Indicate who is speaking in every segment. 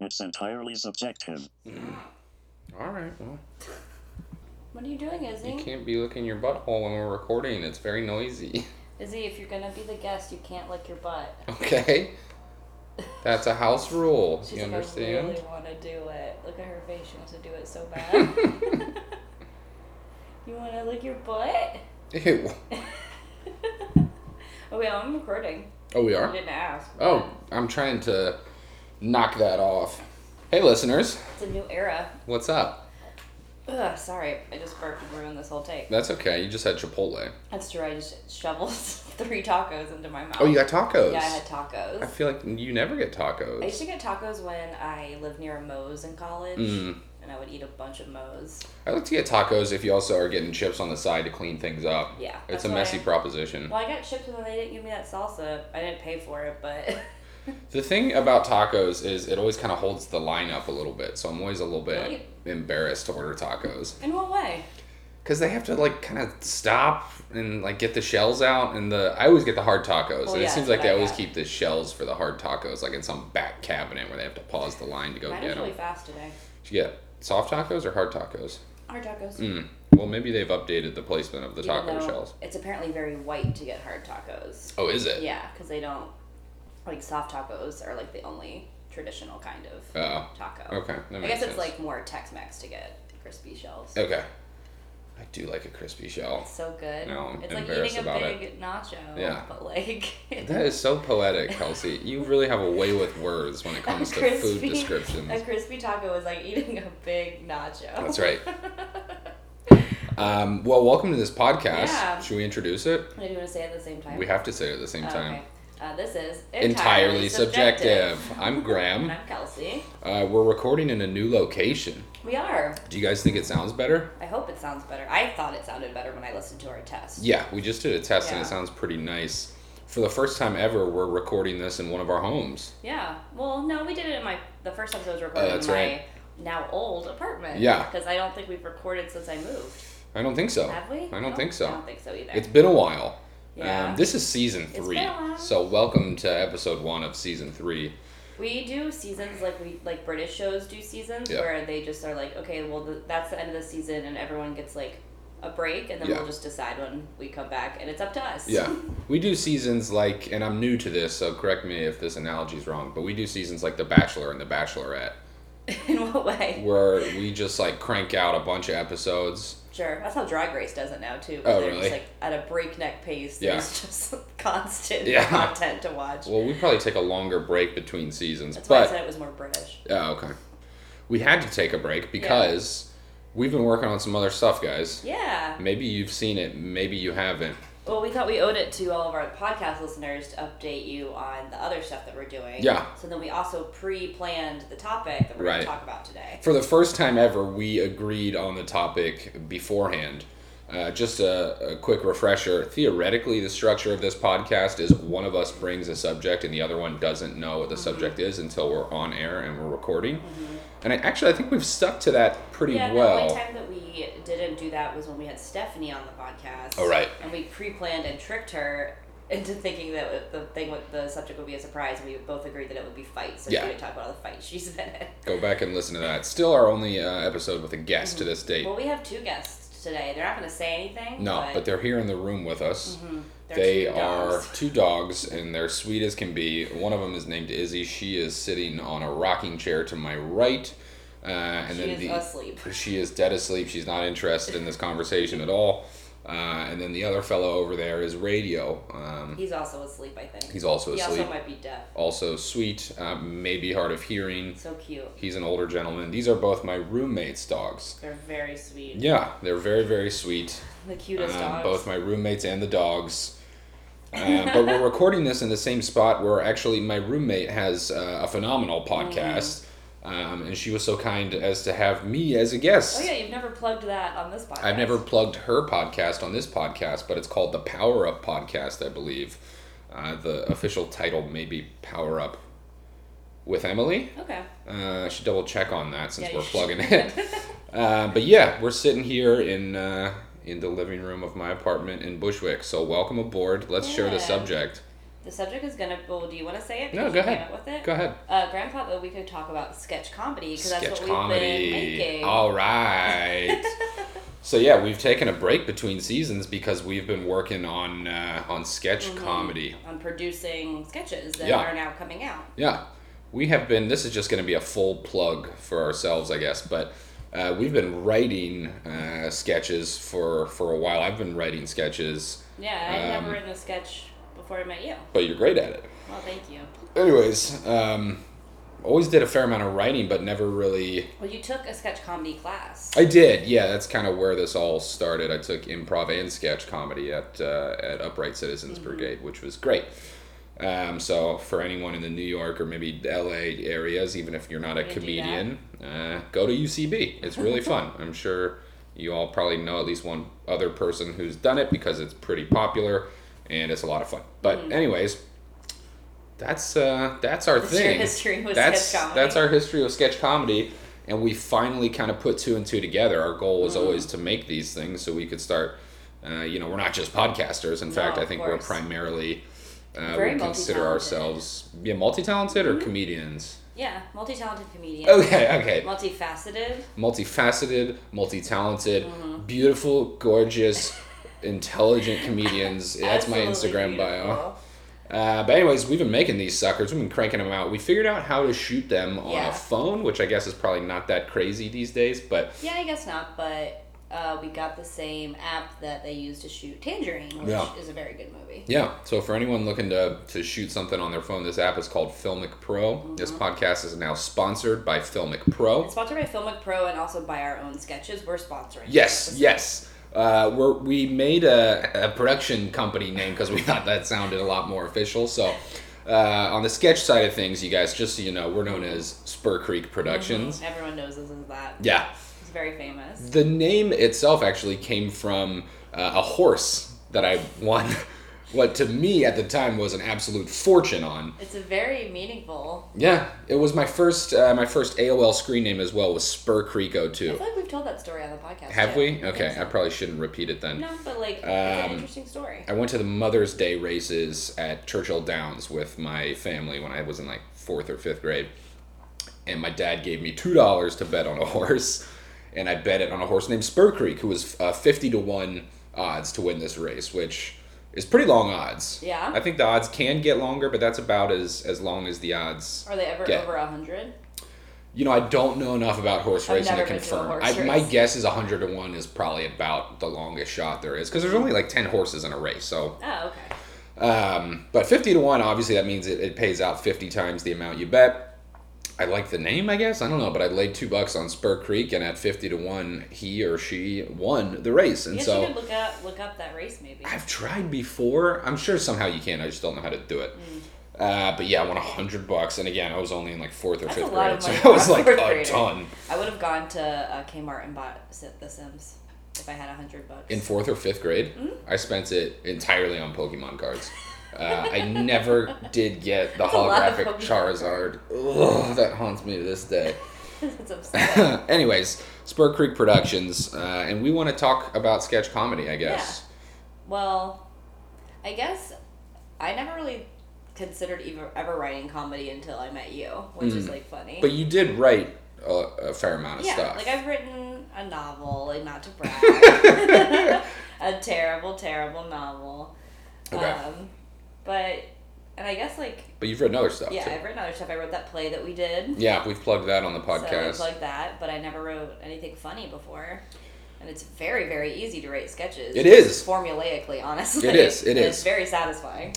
Speaker 1: is entirely subjective.
Speaker 2: All right. Well,
Speaker 3: What are you doing,
Speaker 2: you
Speaker 3: Izzy?
Speaker 2: can't be looking your butthole when we're recording. It's very noisy.
Speaker 3: Izzy, if you're gonna be the guest, you can't lick your butt.
Speaker 2: Okay. That's a house rule.
Speaker 3: She's
Speaker 2: you
Speaker 3: like, I
Speaker 2: understand?
Speaker 3: really want to do it. Look at her face. She wants to do it so bad. you want to lick your butt?
Speaker 2: Ew.
Speaker 3: oh yeah, I'm recording.
Speaker 2: Oh, we
Speaker 3: You
Speaker 2: are.
Speaker 3: didn't ask.
Speaker 2: Oh, I'm trying to knock that off. Hey, listeners.
Speaker 3: It's a new era.
Speaker 2: What's up?
Speaker 3: Ugh, sorry, I just burped and ruined this whole take.
Speaker 2: That's okay. You just had Chipotle.
Speaker 3: That's true. I just shoveled three tacos into my mouth.
Speaker 2: Oh, you got tacos.
Speaker 3: Yeah, I had tacos.
Speaker 2: I feel like you never get tacos.
Speaker 3: I used to get tacos when I lived near a Moe's in college,
Speaker 2: Mm.
Speaker 3: and I would eat a bunch of Moe's.
Speaker 2: I like to get tacos if you also are getting chips on the side to clean things up.
Speaker 3: Yeah,
Speaker 2: It's
Speaker 3: that's
Speaker 2: a
Speaker 3: what
Speaker 2: messy
Speaker 3: I-
Speaker 2: proposition.
Speaker 3: Well, I got chips and then they didn't give me that salsa. I didn't pay for it, but
Speaker 2: The thing about tacos is it always kind of holds the line up a little bit, so I'm always a little bit
Speaker 3: Really?
Speaker 2: embarrassed to order tacos
Speaker 3: in what way?
Speaker 2: because they have to like kind of stop and like get the shells out and the I always get the hard tacos.
Speaker 3: Well,
Speaker 2: and
Speaker 3: Oh, yeah,
Speaker 2: it seems
Speaker 3: that's
Speaker 2: like
Speaker 3: what
Speaker 2: they
Speaker 3: I
Speaker 2: always
Speaker 3: got.
Speaker 2: keep the shells for the hard tacos like in some back cabinet where they have to pause the line to go
Speaker 3: Mine
Speaker 2: get
Speaker 3: was really
Speaker 2: them.
Speaker 3: fast today.
Speaker 2: Did you get soft tacos or hard tacos?
Speaker 3: Hard tacos.
Speaker 2: Mm. Well, maybe they've updated the placement of the
Speaker 3: Even
Speaker 2: taco
Speaker 3: though
Speaker 2: shells.
Speaker 3: It's apparently very white to get hard tacos.
Speaker 2: Oh, is it?
Speaker 3: Yeah, because they don't like soft tacos are like the only traditional kind of
Speaker 2: Oh.
Speaker 3: taco.
Speaker 2: Okay. That
Speaker 3: I
Speaker 2: makes
Speaker 3: guess it's
Speaker 2: sense. Oh.
Speaker 3: like more Tex-Mex to get crispy shells.
Speaker 2: Okay. I do like a crispy shell.
Speaker 3: It's so good.
Speaker 2: No, I'm
Speaker 3: it's like
Speaker 2: embarrassed
Speaker 3: eating a
Speaker 2: about
Speaker 3: big nacho.
Speaker 2: Yeah.
Speaker 3: But like
Speaker 2: That is so poetic, Kelsey. You really have a way with words when it comes to food
Speaker 3: A
Speaker 2: descriptions.
Speaker 3: crispy taco is like eating a big nacho.
Speaker 2: That's right. Um, well, welcome to this podcast.
Speaker 3: Yeah.
Speaker 2: Should we introduce it?
Speaker 3: I do want to say it at the same time.
Speaker 2: We have to say it at the same
Speaker 3: Oh,
Speaker 2: time.
Speaker 3: Okay. Uh, this is
Speaker 2: Entirely, subjective. I'm
Speaker 3: And
Speaker 2: Graham.
Speaker 3: I'm Kelsey.
Speaker 2: Uh, we're recording in a new location.
Speaker 3: We are.
Speaker 2: Do you guys think it sounds better?
Speaker 3: I hope it sounds better. I thought it sounded better when I listened to our test.
Speaker 2: Yeah, we just did a test and
Speaker 3: Yeah.
Speaker 2: it sounds pretty nice. For the first time ever, we're recording this in one of our homes.
Speaker 3: Yeah. Well, no, we did it in my the first episode was recorded
Speaker 2: Oh, that's
Speaker 3: in my
Speaker 2: right.
Speaker 3: now old apartment.
Speaker 2: Yeah.
Speaker 3: Because I don't think we've recorded since I moved.
Speaker 2: I don't think so.
Speaker 3: Have we?
Speaker 2: I don't think so.
Speaker 3: I don't think so either.
Speaker 2: It's been a while.
Speaker 3: Yeah.
Speaker 2: Um, this is season
Speaker 3: been
Speaker 2: three.
Speaker 3: a while.
Speaker 2: So welcome to episode one of season three.
Speaker 3: We do seasons like we like British shows do seasons
Speaker 2: Yeah.
Speaker 3: where they just are like, okay, well th that's the end of the season and everyone gets like a break and then
Speaker 2: Yeah.
Speaker 3: we'll just decide when we come back and it's up to us.
Speaker 2: Yeah. We do seasons like, and I'm new to this, so correct me if this analogy is wrong, but we do seasons like The Bachelor and The Bachelorette,
Speaker 3: In what way?
Speaker 2: where we just like crank out a bunch of episodes.
Speaker 3: Sure. That's how Drag Race does it now too.
Speaker 2: Oh,
Speaker 3: they're
Speaker 2: really?
Speaker 3: just like at a breakneck pace.
Speaker 2: Yeah.
Speaker 3: There's just constant
Speaker 2: Yeah.
Speaker 3: content to watch.
Speaker 2: Well, we probably take a longer break between seasons,
Speaker 3: That's why I
Speaker 2: but
Speaker 3: said it was more British.
Speaker 2: oh, okay, we had to take a break because we've been working on some other stuff, guys.
Speaker 3: Yeah.
Speaker 2: Maybe you've seen it, maybe you haven't.
Speaker 3: Well, we thought we owed it to all of our podcast listeners to update you on the other stuff that we're doing.
Speaker 2: Yeah.
Speaker 3: So then we also pre-planned the topic that we're going
Speaker 2: Right.
Speaker 3: to talk about today.
Speaker 2: for the first time ever, we agreed on the topic beforehand. Uh, just a, a quick refresher. Theoretically, the structure of this podcast is one of us brings a subject and the other one doesn't know
Speaker 3: Mm-hmm.
Speaker 2: what the subject is until we're on air and we're recording. And I, actually, I think we've stuck to that pretty
Speaker 3: Yeah, the
Speaker 2: well.
Speaker 3: only time that we didn't do that was when we had Stephanie on the podcast.
Speaker 2: Oh, right.
Speaker 3: And we pre-planned and tricked her into thinking that the thing, would- the subject would be a surprise, and we both agreed that it would be fights. So
Speaker 2: Yeah.
Speaker 3: we would talk about all the fights she's been in.
Speaker 2: Go back and listen to that. Still, our only uh, episode with a guest to this date.
Speaker 3: Mm-hmm. Well, we have two guests today. They're not going to say anything.
Speaker 2: No,
Speaker 3: but,
Speaker 2: but they're here in the room with us.
Speaker 3: Mm-hmm. they're
Speaker 2: They
Speaker 3: two
Speaker 2: are
Speaker 3: dogs.
Speaker 2: two dogs, and they're sweet as can be. One of them is named Izzy. She is sitting on a rocking chair to my right, uh, and
Speaker 3: She
Speaker 2: then
Speaker 3: is
Speaker 2: the
Speaker 3: asleep.
Speaker 2: she is dead asleep. She's not interested in this conversation at all. Uh, and then the other fellow over there is Radio. Um,
Speaker 3: He's also asleep, I think.
Speaker 2: he's also
Speaker 3: he
Speaker 2: asleep.
Speaker 3: also might be deaf.
Speaker 2: Also sweet, uh, maybe hard of hearing.
Speaker 3: So cute.
Speaker 2: He's an older gentleman. These are both my roommates' dogs.
Speaker 3: They're very sweet.
Speaker 2: Yeah, they're very very sweet.
Speaker 3: The cutest
Speaker 2: um,
Speaker 3: dogs.
Speaker 2: both my roommates and the dogs. Um, but we're recording this in the same spot where actually my roommate has uh, a phenomenal
Speaker 3: Mm.
Speaker 2: podcast, um, and she was so kind as to have me as a guest.
Speaker 3: Oh yeah, you've never plugged that on this podcast.
Speaker 2: I've never plugged her podcast on this podcast, but it's called the Power Up Podcast, I believe. Uh, the official title may be Power Up with Emily.
Speaker 3: Okay.
Speaker 2: Uh, I should double check on that since
Speaker 3: Yeah,
Speaker 2: we're
Speaker 3: you
Speaker 2: plugging it. uh, but yeah, we're sitting here in uh, in the living room of my apartment in Bushwick. So welcome aboard. Let's share the
Speaker 3: Yeah.
Speaker 2: subject.
Speaker 3: The subject is gonna. Well, do you want to say it?
Speaker 2: No,
Speaker 3: Because
Speaker 2: go
Speaker 3: you came
Speaker 2: ahead.
Speaker 3: up with it.
Speaker 2: Go ahead.
Speaker 3: Uh, Grandpa, though, we could talk about sketch comedy because that's what
Speaker 2: Sketch
Speaker 3: we've been
Speaker 2: comedy.
Speaker 3: making.
Speaker 2: All right. so yeah, we've taken a break between seasons because we've been working on uh, on sketch
Speaker 3: Mm-hmm.
Speaker 2: comedy.
Speaker 3: on producing sketches that
Speaker 2: Yeah.
Speaker 3: are now coming out.
Speaker 2: Yeah, we have been. This is just going to be a full plug for ourselves, I guess. But uh, we've been writing uh, sketches for for a while. I've been writing sketches,
Speaker 3: Yeah, I've
Speaker 2: Um,
Speaker 3: never written a sketch before I met you.
Speaker 2: but you're great at it.
Speaker 3: Well, thank you.
Speaker 2: Anyways, um, always did a fair amount of writing, but never really.
Speaker 3: Well, you took a sketch comedy class.
Speaker 2: I did, yeah. That's kind of where this all started. I took improv and sketch comedy at uh, at Upright Citizens
Speaker 3: Mm-hmm.
Speaker 2: Brigade, which was great. Um, so for anyone in the New York or maybe L.A. areas, even if you're not a
Speaker 3: Gonna do
Speaker 2: comedian, uh, go to UCB. It's really fun. I'm sure you all probably know at least one other person who's done it because it's pretty popular and it's a lot of fun. But
Speaker 3: Mm-hmm.
Speaker 2: anyways, that's uh, that's our
Speaker 3: That's your
Speaker 2: thing.
Speaker 3: history with
Speaker 2: that's
Speaker 3: sketch comedy.
Speaker 2: that's our history of sketch comedy, and we finally kind of put two and two together. Our goal was always
Speaker 3: Mm.
Speaker 2: to make these things so we could start. Uh, you know, we're not just podcasters. In
Speaker 3: No,
Speaker 2: fact, I
Speaker 3: of
Speaker 2: think we're
Speaker 3: course.
Speaker 2: primarily uh,
Speaker 3: Very
Speaker 2: we consider
Speaker 3: multi-talented. Mm-hmm.
Speaker 2: ourselves yeah multi-talented or comedians.
Speaker 3: Yeah, multi-talented comedian.
Speaker 2: Okay, okay.
Speaker 3: Multifaceted.
Speaker 2: Multifaceted, multi-talented,
Speaker 3: Mm-hmm.
Speaker 2: beautiful, gorgeous, intelligent comedians. That's my Instagram
Speaker 3: Absolutely
Speaker 2: bio.
Speaker 3: beautiful.
Speaker 2: Uh, but anyways, we've been making these suckers. We've been cranking them out. We figured out how to shoot them on
Speaker 3: Yeah.
Speaker 2: a phone, which I guess is probably not that crazy these days. But
Speaker 3: Yeah, I guess not, but uh, we got the same app that they used to shoot Tangerine, which
Speaker 2: Yeah.
Speaker 3: is a very good movie.
Speaker 2: yeah, so for anyone looking to to shoot something on their phone, this app is called Filmic Pro. This podcast is now sponsored by Filmic Pro.
Speaker 3: Mm-hmm. It's sponsored by Filmic Pro and also by our own sketches. We're sponsoring.
Speaker 2: Yes,
Speaker 3: this.
Speaker 2: yes. Uh, we're, we made a, a production company name because we thought that sounded a lot more official. So, uh, on the sketch side of things, you guys, just so you know, we're known as Spur Creek Productions.
Speaker 3: Everyone knows this is that.
Speaker 2: Yeah.
Speaker 3: It's very famous.
Speaker 2: The name itself actually came from uh, a horse that I won, what to me at the time was an absolute fortune on.
Speaker 3: It's a very meaningful.
Speaker 2: Yeah, it was my first uh, my first AOL screen name as well was Spur Creek
Speaker 3: I
Speaker 2: 02.
Speaker 3: feel like we've told that story on the podcast.
Speaker 2: Have
Speaker 3: too.
Speaker 2: we?
Speaker 3: I
Speaker 2: Okay,
Speaker 3: think
Speaker 2: I probably shouldn't repeat it then.
Speaker 3: so. No, but like, it's
Speaker 2: Um,
Speaker 3: an interesting story.
Speaker 2: I went to the Mother's Day races at Churchill Downs with my family when I was in like fourth or fifth grade. And my dad gave me $2 to bet on a horse. And I bet it on a horse named Spur Creek, who was uh, 50 to 1 odds to win this race, which is pretty long odds.
Speaker 3: Yeah.
Speaker 2: I think the odds can get longer, but that's about as, as long as the odds
Speaker 3: Are they ever
Speaker 2: Yeah.
Speaker 3: over a 100?
Speaker 2: you know, I don't know enough about horse
Speaker 3: I've
Speaker 2: racing to
Speaker 3: never been to a
Speaker 2: confirm.
Speaker 3: horse
Speaker 2: I, my
Speaker 3: race.
Speaker 2: guess is 100 to 1 is probably about the longest shot there is because there's only like 10 horses in a race. So,
Speaker 3: Oh, okay.
Speaker 2: um, but 50 to 1, obviously, that means it, it pays out 50 times the amount you bet. I like the name, I guess. I don't know, but I laid two bucks on Spur Creek, and at 50 to 1, he or she won the race.
Speaker 3: I
Speaker 2: And
Speaker 3: guess
Speaker 2: so
Speaker 3: you could look up, look up that race maybe.
Speaker 2: I've tried before. I'm sure somehow you can. I just don't know how to do it.
Speaker 3: Mm.
Speaker 2: Uh, but yeah, I won 100 bucks. And again, I was only in like fourth or
Speaker 3: That's a
Speaker 2: fifth
Speaker 3: lot
Speaker 2: grade.
Speaker 3: of
Speaker 2: So
Speaker 3: money
Speaker 2: it was
Speaker 3: for a
Speaker 2: like
Speaker 3: fourth
Speaker 2: a
Speaker 3: grader.
Speaker 2: ton.
Speaker 3: I would have gone to uh, Kmart and bought Si- The Sims if I had a hundred bucks.
Speaker 2: in fourth or fifth grade,
Speaker 3: Hmm?
Speaker 2: I spent it entirely on Pokemon cards. Uh, I never did get the
Speaker 3: a lot of
Speaker 2: holographic Charizard.
Speaker 3: Pokemon
Speaker 2: Ugh, that haunts me to this day.
Speaker 3: That's upsetting.
Speaker 2: Anyways, Spur Creek Productions, uh, and we want to talk about sketch comedy, I guess.
Speaker 3: well, I guess I never really considered even ever writing comedy until I met you, which is like funny.
Speaker 2: Mm. But you did write a, a fair amount of
Speaker 3: yeah,
Speaker 2: stuff.
Speaker 3: like I've written a novel, like not to brag, a terrible, terrible novel.
Speaker 2: Okay.
Speaker 3: Um, but and I guess like
Speaker 2: but you've written other stuff
Speaker 3: yeah,
Speaker 2: too.
Speaker 3: I've written other stuff. I wrote that play that we did.
Speaker 2: yeah, we've plugged that on the
Speaker 3: So I
Speaker 2: podcast.
Speaker 3: plugged that, but I never wrote anything funny before. And it's very, very easy to write sketches.
Speaker 2: It is.
Speaker 3: Formulaically, honestly.
Speaker 2: It is, it
Speaker 3: And
Speaker 2: is.
Speaker 3: It's very satisfying.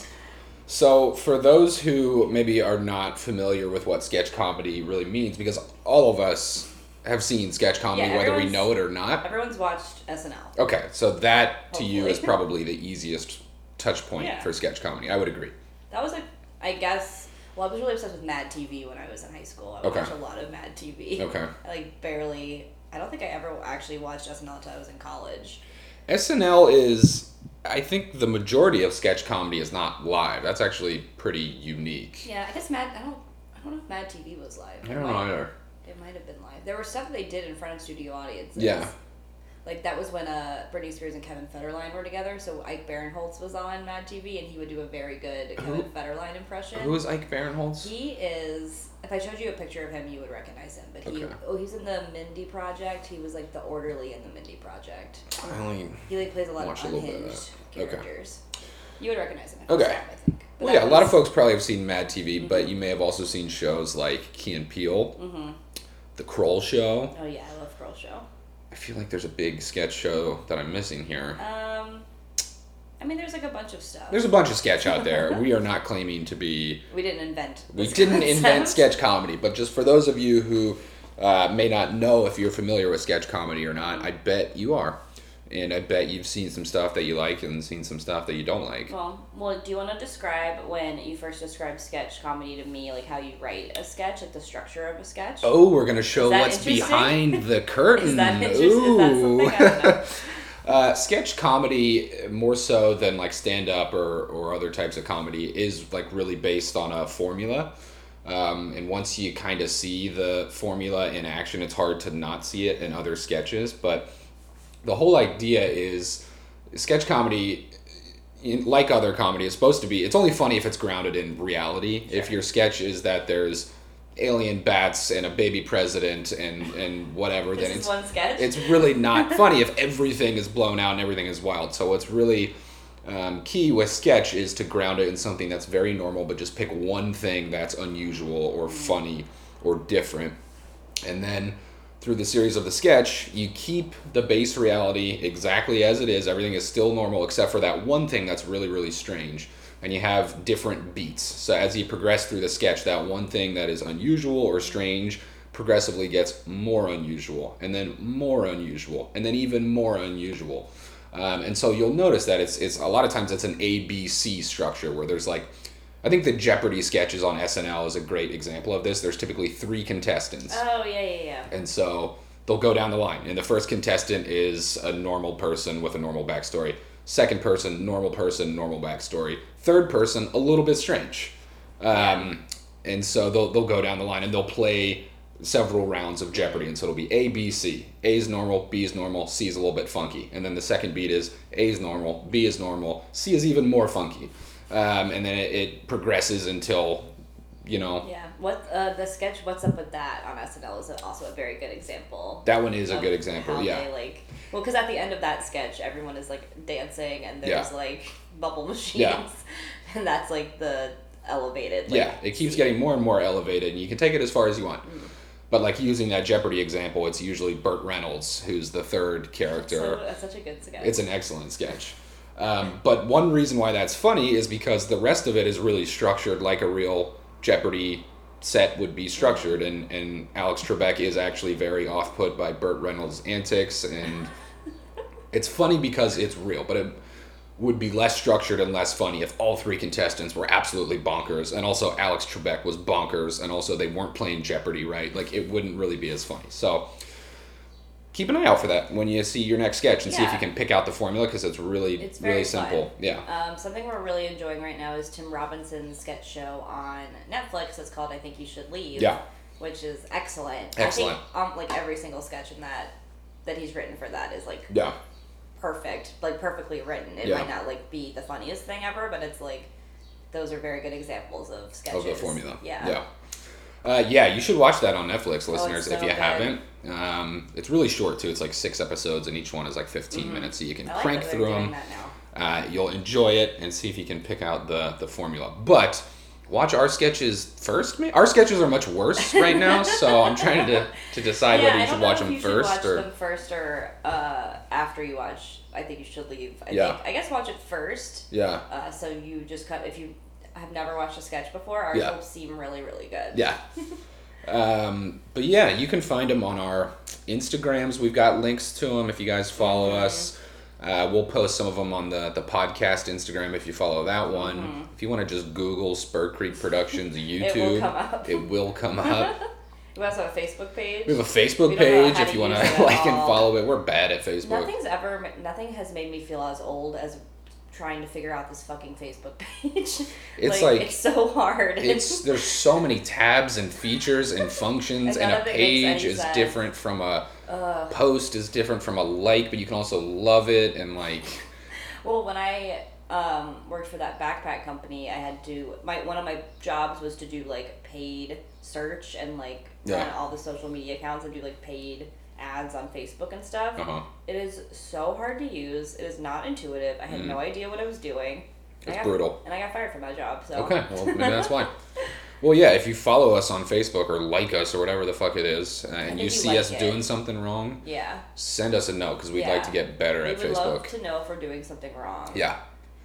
Speaker 2: So, for those who maybe are not familiar with what sketch comedy really means, because all of us have seen sketch comedy,
Speaker 3: Yeah,
Speaker 2: whether we
Speaker 3: everyone's-
Speaker 2: know it or not.
Speaker 3: Everyone's watched SNL.
Speaker 2: Okay, so that to you is
Speaker 3: Hopefully.
Speaker 2: probably the easiest touch point
Speaker 3: Yeah.
Speaker 2: for sketch comedy. I would agree.
Speaker 3: That was like, I guess, well, I was really obsessed with Mad TV when I was in high school. I
Speaker 2: Okay.
Speaker 3: watched a lot of Mad TV.
Speaker 2: Okay.
Speaker 3: I like barely, I don't think I ever actually watched SNL until I was in college.
Speaker 2: SNL is, I think, the majority of sketch comedy is not live. That's actually pretty unique.
Speaker 3: Yeah, I guess Mad, I don't, I don't know if Mad TV was live.
Speaker 2: I don't know either.
Speaker 3: It might have been live. There were stuff they did in front of studio audiences.
Speaker 2: Yeah.
Speaker 3: Like that was when uh, Britney Spears and Kevin Federline were together. So Ike Barinholtz was on Mad TV, and he would do a very good Kevin Federline impression.
Speaker 2: Who is Ike Barinholtz?
Speaker 3: He is. If I showed you a picture of him, you would recognize him. But he,
Speaker 2: Okay.
Speaker 3: oh, he's in the Mindy Project. He was like the orderly in the Mindy Project.
Speaker 2: I only-
Speaker 3: He like plays a lot
Speaker 2: Watch a
Speaker 3: of
Speaker 2: little bit of
Speaker 3: unhinged
Speaker 2: that. Okay.
Speaker 3: characters. You would recognize him. At
Speaker 2: Okay.
Speaker 3: First time, I think. But
Speaker 2: Well,
Speaker 3: that
Speaker 2: yeah, a lot
Speaker 3: was- Mm-hmm.
Speaker 2: of folks probably have seen Mad TV, but you may have also seen shows like Key and Peele, The Kroll Show.
Speaker 3: Oh yeah, I love Girl Show.
Speaker 2: I feel like there's a big sketch show that I'm missing here.
Speaker 3: Um, I mean, there's like a bunch of stuff.
Speaker 2: There's a bunch of sketch out there. We are not claiming to be.
Speaker 3: we didn't invent.
Speaker 2: We
Speaker 3: this
Speaker 2: didn't
Speaker 3: concept.
Speaker 2: invent sketch comedy, but just for those of you who uh, may not know if you're familiar with sketch comedy or not, I bet you are. And I bet you've seen some stuff that you like and seen some stuff that you don't like.
Speaker 3: Well, well, do you want to describe when you first described sketch comedy to me, like how you write a sketch, like the structure of a sketch?
Speaker 2: Oh, we're gonna show
Speaker 3: that
Speaker 2: what's
Speaker 3: interesting?
Speaker 2: behind the curtain.
Speaker 3: Is that interesting? Is that something? I don't know.
Speaker 2: Uh, sketch comedy, more so than like stand up or, or other types of comedy, is like really based on a formula. Um, and once you kind of see the formula in action, it's hard to not see it in other sketches. But the whole idea is sketch comedy, in, like other comedy, is supposed to be. It's only funny if it's grounded in reality. If your sketch is that there's alien bats and a baby president and and whatever, then
Speaker 3: This
Speaker 2: it's
Speaker 3: is one sketch.
Speaker 2: it's really not funny if everything is blown out and everything is wild. So what's really um, key with sketch is to ground it in something that's very normal, but just pick one thing that's unusual or funny or different, and then through the series of the sketch, you keep the base reality exactly as it is. Everything is still normal except for that one thing that's really really strange. And you have different beats. So as you progress through the sketch, that one thing that is unusual or strange progressively gets more unusual and then more unusual and then even more unusual um, and so you'll notice that it's it's a lot of times it's an a b c structure where there's like i think the jeopardy sketches on snl is a great example of this there's typically three contestants
Speaker 3: oh yeah, yeah, yeah.
Speaker 2: and so they'll go down the line. And the first contestant is a normal person with a normal backstory. Second person, normal person, normal backstory. Third person, a little bit strange. Um, and so they'll, they'll go down the line and they'll play several rounds of Jeopardy. And so it'll be A, B, C. A is normal, B is normal, C is a little bit funky. And then the second beat is A is normal, B is normal, C is even more funky. Um, and then it, it progresses until, you know,
Speaker 3: Yeah. What uh, the sketch? What's up with that on SNL is also a very good example.
Speaker 2: that one is a
Speaker 3: of
Speaker 2: good example.
Speaker 3: how
Speaker 2: yeah.
Speaker 3: They, like, well, because at the end of that sketch, everyone is like dancing, and there's
Speaker 2: Yeah.
Speaker 3: like bubble machines,
Speaker 2: Yeah.
Speaker 3: and that's like the elevated. Like,
Speaker 2: yeah it keeps
Speaker 3: scene.
Speaker 2: getting more and more elevated and you can take it as far as you want but like using that jeopardy example it's usually burt reynolds who's the third character
Speaker 3: So, that's such a good sketch.
Speaker 2: it's an excellent sketch. Um, but one reason why that's funny is because the rest of it is really structured like a real Jeopardy set would be structured, and, and Alex Trebek is actually very off put by Burt Reynolds' antics, and it's funny because it's real, but it would be less structured and less funny if all three contestants were absolutely bonkers, and also Alex Trebek was bonkers, and also they weren't playing Jeopardy right. Like it wouldn't really be as funny. So keep an eye out for that when you see your next sketch and see if
Speaker 3: Yeah.
Speaker 2: you can pick out the formula because it's really
Speaker 3: It's very
Speaker 2: really
Speaker 3: fun.
Speaker 2: simple. Yeah.
Speaker 3: Um, something we're really enjoying right now is Tim Robinson's sketch show on Netflix. It's called I Think You Should Leave.
Speaker 2: Yeah.
Speaker 3: Which is excellent. I
Speaker 2: Excellent.
Speaker 3: think um, like every single sketch in that that he's written for that is like
Speaker 2: Yeah.
Speaker 3: perfect, like perfectly written. It
Speaker 2: Yeah.
Speaker 3: might not like be the funniest thing ever, but it's like those are very good examples of sketches.
Speaker 2: Of Oh, the formula.
Speaker 3: Yeah. Oh,
Speaker 2: Yeah. Uh, yeah, you should watch that on Netflix,
Speaker 3: it's
Speaker 2: listeners, if
Speaker 3: so
Speaker 2: you
Speaker 3: good.
Speaker 2: haven't. Um, it's really short too. It's like six episodes, and each one is like 15 minutes, so you can
Speaker 3: Mm-hmm. I like
Speaker 2: crank
Speaker 3: that
Speaker 2: through
Speaker 3: they're doing
Speaker 2: them.
Speaker 3: that
Speaker 2: Uh,
Speaker 3: now.
Speaker 2: you'll enjoy it and see if you can pick out the the formula. But watch our sketches first. Maybe? Our sketches are much worse right now, so I'm trying to to decide whether
Speaker 3: I
Speaker 2: you
Speaker 3: don't
Speaker 2: should
Speaker 3: know
Speaker 2: watch
Speaker 3: if
Speaker 2: them
Speaker 3: you should
Speaker 2: first
Speaker 3: watch
Speaker 2: or
Speaker 3: them first or uh, after you watch. I think you should leave. I
Speaker 2: Yeah.
Speaker 3: Think, I guess watch it first.
Speaker 2: yeah.
Speaker 3: Uh, so you just cut if you have never watched a sketch before, ours
Speaker 2: Yeah.
Speaker 3: will seem really, really good.
Speaker 2: Yeah. um, but yeah, you can find them on our Instagrams. We've got links to them if you guys follow us. Uh, we'll post some of them on the, the podcast Instagram if you follow that one.
Speaker 3: Mm-hmm.
Speaker 2: If you want to just Google Spur Creek Productions YouTube,
Speaker 3: come up.
Speaker 2: It will come up.
Speaker 3: We also have a Facebook page.
Speaker 2: We have a Facebook
Speaker 3: We don't know
Speaker 2: page
Speaker 3: how
Speaker 2: if
Speaker 3: to
Speaker 2: you want to
Speaker 3: use it at
Speaker 2: like and
Speaker 3: all.
Speaker 2: follow it. We're bad at Facebook.
Speaker 3: Nothing's ever nothing has made me feel as old as trying to figure out this fucking Facebook page.
Speaker 2: It's like-
Speaker 3: it's so hard.
Speaker 2: It's there's so many tabs and features and functions,
Speaker 3: And
Speaker 2: and
Speaker 3: none
Speaker 2: a
Speaker 3: of it makes any
Speaker 2: page is
Speaker 3: sense.
Speaker 2: different from a
Speaker 3: Ugh.
Speaker 2: post is different from a like, but you can also love it and like
Speaker 3: Well, when I um, worked for that backpack company, I had to my one of my jobs was to do like paid search and like
Speaker 2: Yeah.
Speaker 3: run all the social media accounts and do like paid ads on Facebook and stuff.
Speaker 2: uh huh.
Speaker 3: It is so hard to use. It is not intuitive. I had no idea what I was doing. I
Speaker 2: Mm. It's
Speaker 3: got-
Speaker 2: brutal.
Speaker 3: And I got fired from my job. So
Speaker 2: Okay, well maybe that's why. Well, yeah, if you follow us on Facebook or like us or whatever the fuck it is, uh, and you
Speaker 3: you
Speaker 2: see
Speaker 3: like
Speaker 2: us
Speaker 3: it.
Speaker 2: doing something wrong,
Speaker 3: yeah,
Speaker 2: send us a note because we'd like
Speaker 3: Yeah.
Speaker 2: to get better
Speaker 3: we
Speaker 2: at
Speaker 3: would love
Speaker 2: Facebook.
Speaker 3: to know if we're doing something wrong.
Speaker 2: Yeah.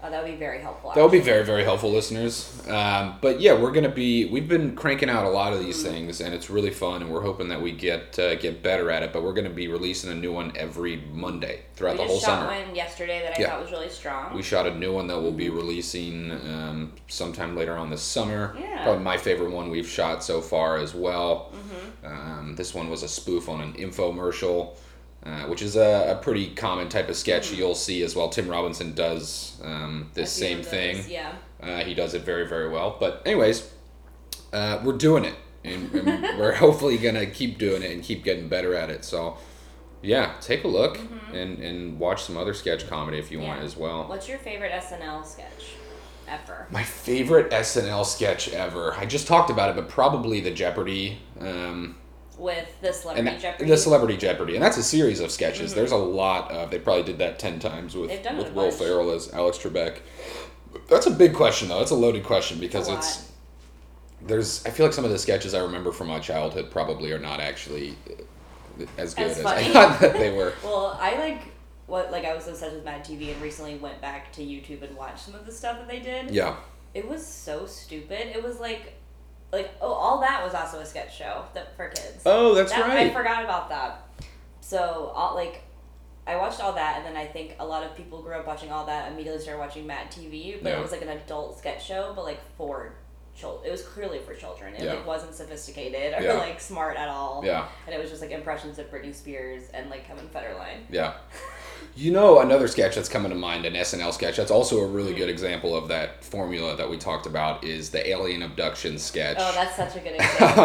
Speaker 3: oh, that would be very helpful.
Speaker 2: That would be very, very helpful, listeners. Um, but yeah, we're gonna be we've been cranking out a lot of these things, and it's really fun, and we're hoping that we get uh, get better at it. But we're gonna be releasing a new one every Monday throughout
Speaker 3: actually.
Speaker 2: the
Speaker 3: we
Speaker 2: whole
Speaker 3: just shot
Speaker 2: summer.
Speaker 3: one yesterday that I
Speaker 2: Yeah.
Speaker 3: thought was really strong.
Speaker 2: We shot a new one that we'll be releasing um, sometime later on this summer.
Speaker 3: Yeah.
Speaker 2: Probably my favorite one we've shot so far as well.
Speaker 3: Mm-hmm.
Speaker 2: Um, this one was a spoof on an infomercial, uh, which is a, a pretty common type of sketch
Speaker 3: Mm.
Speaker 2: you'll see as well. Tim Robinson does um,
Speaker 3: A
Speaker 2: this
Speaker 3: few
Speaker 2: same
Speaker 3: of those,
Speaker 2: thing.
Speaker 3: Yeah.
Speaker 2: Uh, he does it very, very well. But anyways, uh, we're doing it, and, and we're hopefully gonna keep doing it and keep getting better at it. So, yeah, take a look and and watch some other sketch comedy if you want
Speaker 3: Mm-hmm. Yeah.
Speaker 2: as well.
Speaker 3: What's your favorite SNL sketch ever?
Speaker 2: My favorite SNL sketch ever. I just talked about it, but probably the Jeopardy. Um,
Speaker 3: With the
Speaker 2: and
Speaker 3: celebrity
Speaker 2: that-
Speaker 3: Jeopardy. Mm-hmm.
Speaker 2: the Celebrity Jeopardy, and that's a series of sketches. There's a lot of. They probably did that ten times with
Speaker 3: They've done it
Speaker 2: with
Speaker 3: a
Speaker 2: Will
Speaker 3: bunch.
Speaker 2: Ferrell as Alex Trebek. That's a big question though. That's a loaded question because
Speaker 3: lot.
Speaker 2: it's, there's. I feel like some of the sketches I remember from my childhood probably are not actually uh, as good as,
Speaker 3: As
Speaker 2: I
Speaker 3: funny.
Speaker 2: thought that they were.
Speaker 3: well, I like what like I was obsessed with Mad TV and recently went back to YouTube and watched some of the stuff that they did.
Speaker 2: Yeah,
Speaker 3: It was so stupid. It was like like oh all that was also a sketch show that for kids.
Speaker 2: Oh, that's
Speaker 3: That- I
Speaker 2: right.
Speaker 3: forgot about that. So all like I watched all that, and then I think a lot of people grew up watching all that. Immediately started watching Mad TV, but
Speaker 2: Yeah.
Speaker 3: it was like an adult sketch show, but like for children. It was clearly for children. It
Speaker 2: Yeah.
Speaker 3: like wasn't sophisticated or
Speaker 2: Yeah.
Speaker 3: like smart at all.
Speaker 2: yeah,
Speaker 3: And it was just like impressions of Britney Spears and like Kevin Federline.
Speaker 2: yeah. You know, another sketch that's coming to mind, an SNL sketch, that's also a really good example of that formula that we talked about, is the alien abduction sketch.
Speaker 3: Oh, that's such a good example.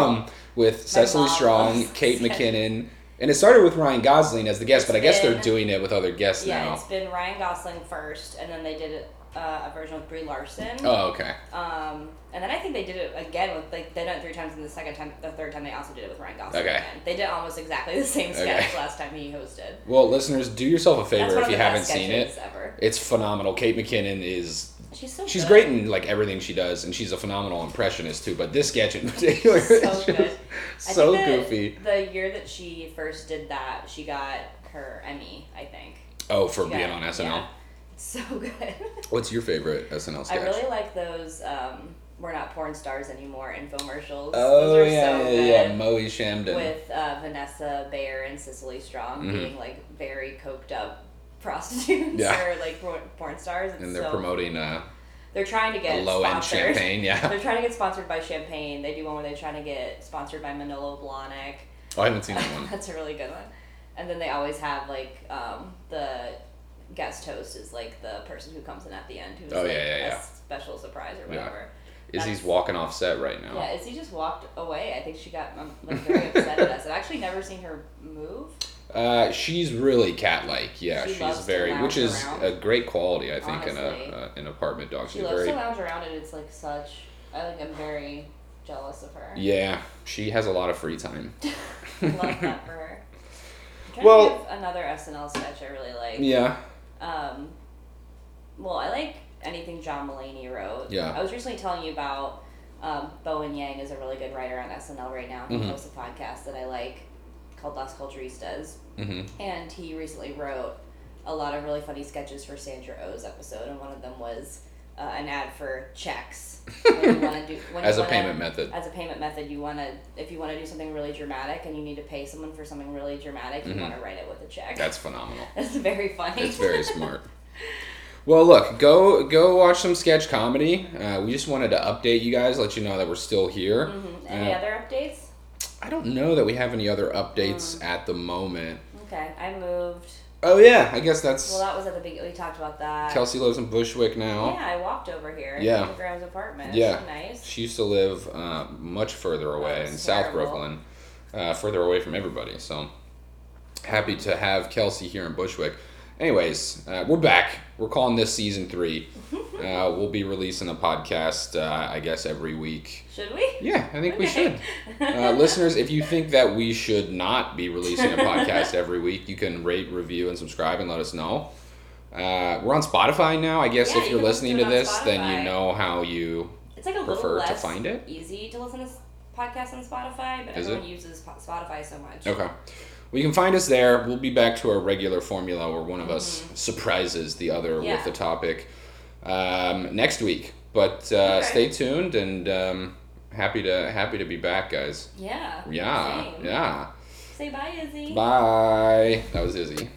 Speaker 2: um, with Cecily
Speaker 3: mom
Speaker 2: Strong,
Speaker 3: loves
Speaker 2: Kate
Speaker 3: this sketch.
Speaker 2: McKinnon, and it started with Ryan Gosling as the guest, but I guess they're
Speaker 3: been-
Speaker 2: doing it with other guests
Speaker 3: yeah,
Speaker 2: now.
Speaker 3: it's been Ryan Gosling first, and then they did uh, a version with Brie Larson.
Speaker 2: Oh, okay.
Speaker 3: Um, and then I think they did it again with like they did it three times, and the second time, the third time they also did it with Ryan Gosling.
Speaker 2: Okay.
Speaker 3: Again. They did almost exactly the same sketch
Speaker 2: Okay.
Speaker 3: last time he hosted.
Speaker 2: Well, listeners, do yourself a
Speaker 3: That's
Speaker 2: favor
Speaker 3: one
Speaker 2: if
Speaker 3: of
Speaker 2: you
Speaker 3: the
Speaker 2: haven't
Speaker 3: best
Speaker 2: seen
Speaker 3: sketches
Speaker 2: it.
Speaker 3: ever.
Speaker 2: It's phenomenal. Kate McKinnon is
Speaker 3: She's so.
Speaker 2: she's
Speaker 3: good.
Speaker 2: great in like everything she does, and she's a phenomenal impressionist too. But this sketch in particular
Speaker 3: So
Speaker 2: is just
Speaker 3: good. I
Speaker 2: so
Speaker 3: think that
Speaker 2: goofy.
Speaker 3: The year that she first did that, she got her Emmy, I think.
Speaker 2: Oh, for
Speaker 3: Yeah,
Speaker 2: being on SNL.
Speaker 3: yeah. So good.
Speaker 2: What's your favorite SNL
Speaker 3: I
Speaker 2: sketch?
Speaker 3: really like those. Um, we're not porn stars anymore. Infomercials.
Speaker 2: oh
Speaker 3: those are
Speaker 2: yeah,
Speaker 3: so
Speaker 2: yeah,
Speaker 3: good.
Speaker 2: yeah, Moe Shamden.
Speaker 3: with uh, Vanessa Bayer and Cicely Strong
Speaker 2: Mhm.
Speaker 3: being like very coked up prostitutes
Speaker 2: Yeah.
Speaker 3: or like por- porn stars. It's
Speaker 2: and they're
Speaker 3: so-
Speaker 2: promoting uh,
Speaker 3: They're trying to get
Speaker 2: low end
Speaker 3: sponsored.
Speaker 2: champagne. Yeah.
Speaker 3: They're trying to get sponsored by champagne. They do one where they're trying to get sponsored by Manolo Blahnik.
Speaker 2: Oh, I haven't seen that one.
Speaker 3: That's a really good one. And then they always have like um, the guest host is like the person who comes in at the end who's
Speaker 2: Oh, yeah,
Speaker 3: like
Speaker 2: yeah,
Speaker 3: a
Speaker 2: yeah.
Speaker 3: special surprise or
Speaker 2: Yeah. Oh.
Speaker 3: whatever.
Speaker 2: Izzy's walking off set right now.
Speaker 3: Yeah, Izzy just walked away. I think she got um, like very upset at us. I've actually never seen her move.
Speaker 2: Uh, she's really cat-like. Yeah,
Speaker 3: She loves
Speaker 2: she's
Speaker 3: to
Speaker 2: very,
Speaker 3: lounge
Speaker 2: which is
Speaker 3: around.
Speaker 2: a great quality, I think, in
Speaker 3: Honestly.
Speaker 2: a uh, an apartment dog.
Speaker 3: She
Speaker 2: She's
Speaker 3: loves
Speaker 2: very,
Speaker 3: to lounge around and it's like such I like I'm very jealous of her.
Speaker 2: yeah, she has a lot of free time.
Speaker 3: Love that for her. I'm trying
Speaker 2: Well-
Speaker 3: to think of another SNL sketch I really like.
Speaker 2: yeah,
Speaker 3: Um well, I like anything John Mulaney wrote.
Speaker 2: Yeah.
Speaker 3: I was recently telling you about um, Bowen Yang is a really good writer on SNL right now. He
Speaker 2: Mhm.
Speaker 3: hosts a podcast that I like called Las Culturistas.
Speaker 2: hmm
Speaker 3: And he recently wrote a lot of really funny sketches for Sandra O's episode, and one of them was uh, an ad for checks. When you wanna do, when
Speaker 2: as
Speaker 3: you
Speaker 2: a
Speaker 3: wanna-
Speaker 2: payment method.
Speaker 3: As a payment method, you want to if you want to do something really dramatic and you need to pay someone for something really dramatic,
Speaker 2: Mhm.
Speaker 3: you want to write it with a check.
Speaker 2: That's phenomenal.
Speaker 3: That's very funny.
Speaker 2: It's very smart. Well, look, go go watch some sketch comedy. Uh, we just wanted to update you guys, let you know that we're still here.
Speaker 3: Mhm. Any
Speaker 2: Uh,
Speaker 3: other updates? Mm.
Speaker 2: I don't know that we have any other updates at the moment.
Speaker 3: Okay, I moved.
Speaker 2: Oh yeah, I guess that's
Speaker 3: Well, that was at the beginning. We talked about that.
Speaker 2: Kelsey lives in Bushwick now.
Speaker 3: Yeah, I walked over here.
Speaker 2: Yeah.
Speaker 3: To Graham's apartment.
Speaker 2: Yeah.
Speaker 3: It's Nice.
Speaker 2: She used to live uh, much further away in
Speaker 3: That's
Speaker 2: South
Speaker 3: terrible.
Speaker 2: Brooklyn, uh, further away from everybody. So happy to have Kelsey here in Bushwick. Anyways, uh, we're back. We're calling this season three. Uh, we'll be releasing a podcast, uh, I guess, every week.
Speaker 3: Should we?
Speaker 2: Yeah, I think we should. Uh, listeners, if you think that we should not be releasing a podcast every week, you can rate, review, and subscribe and let us know. Uh, we're on Spotify now. I guess
Speaker 3: Yeah,
Speaker 2: if
Speaker 3: you
Speaker 2: you're
Speaker 3: can listen
Speaker 2: listening to
Speaker 3: to it on
Speaker 2: this, then you
Speaker 3: Spotify.
Speaker 2: know how you
Speaker 3: It's like a
Speaker 2: prefer
Speaker 3: little
Speaker 2: to
Speaker 3: less
Speaker 2: find it?
Speaker 3: easy to listen to s- podcasts on Spotify, but
Speaker 2: Is
Speaker 3: everyone
Speaker 2: it?
Speaker 3: uses po- Spotify so much.
Speaker 2: Okay. Well, you can find us there. We'll be back to our regular formula where one of us surprises the other
Speaker 3: Mm-hmm. Yeah.
Speaker 2: with a topic um, next week. But uh,
Speaker 3: Okay.
Speaker 2: stay tuned and um, happy to happy to be back, guys.
Speaker 3: Yeah.
Speaker 2: Yeah,
Speaker 3: Same.
Speaker 2: yeah.
Speaker 3: Say bye, Izzy.
Speaker 2: Bye. That was Izzy.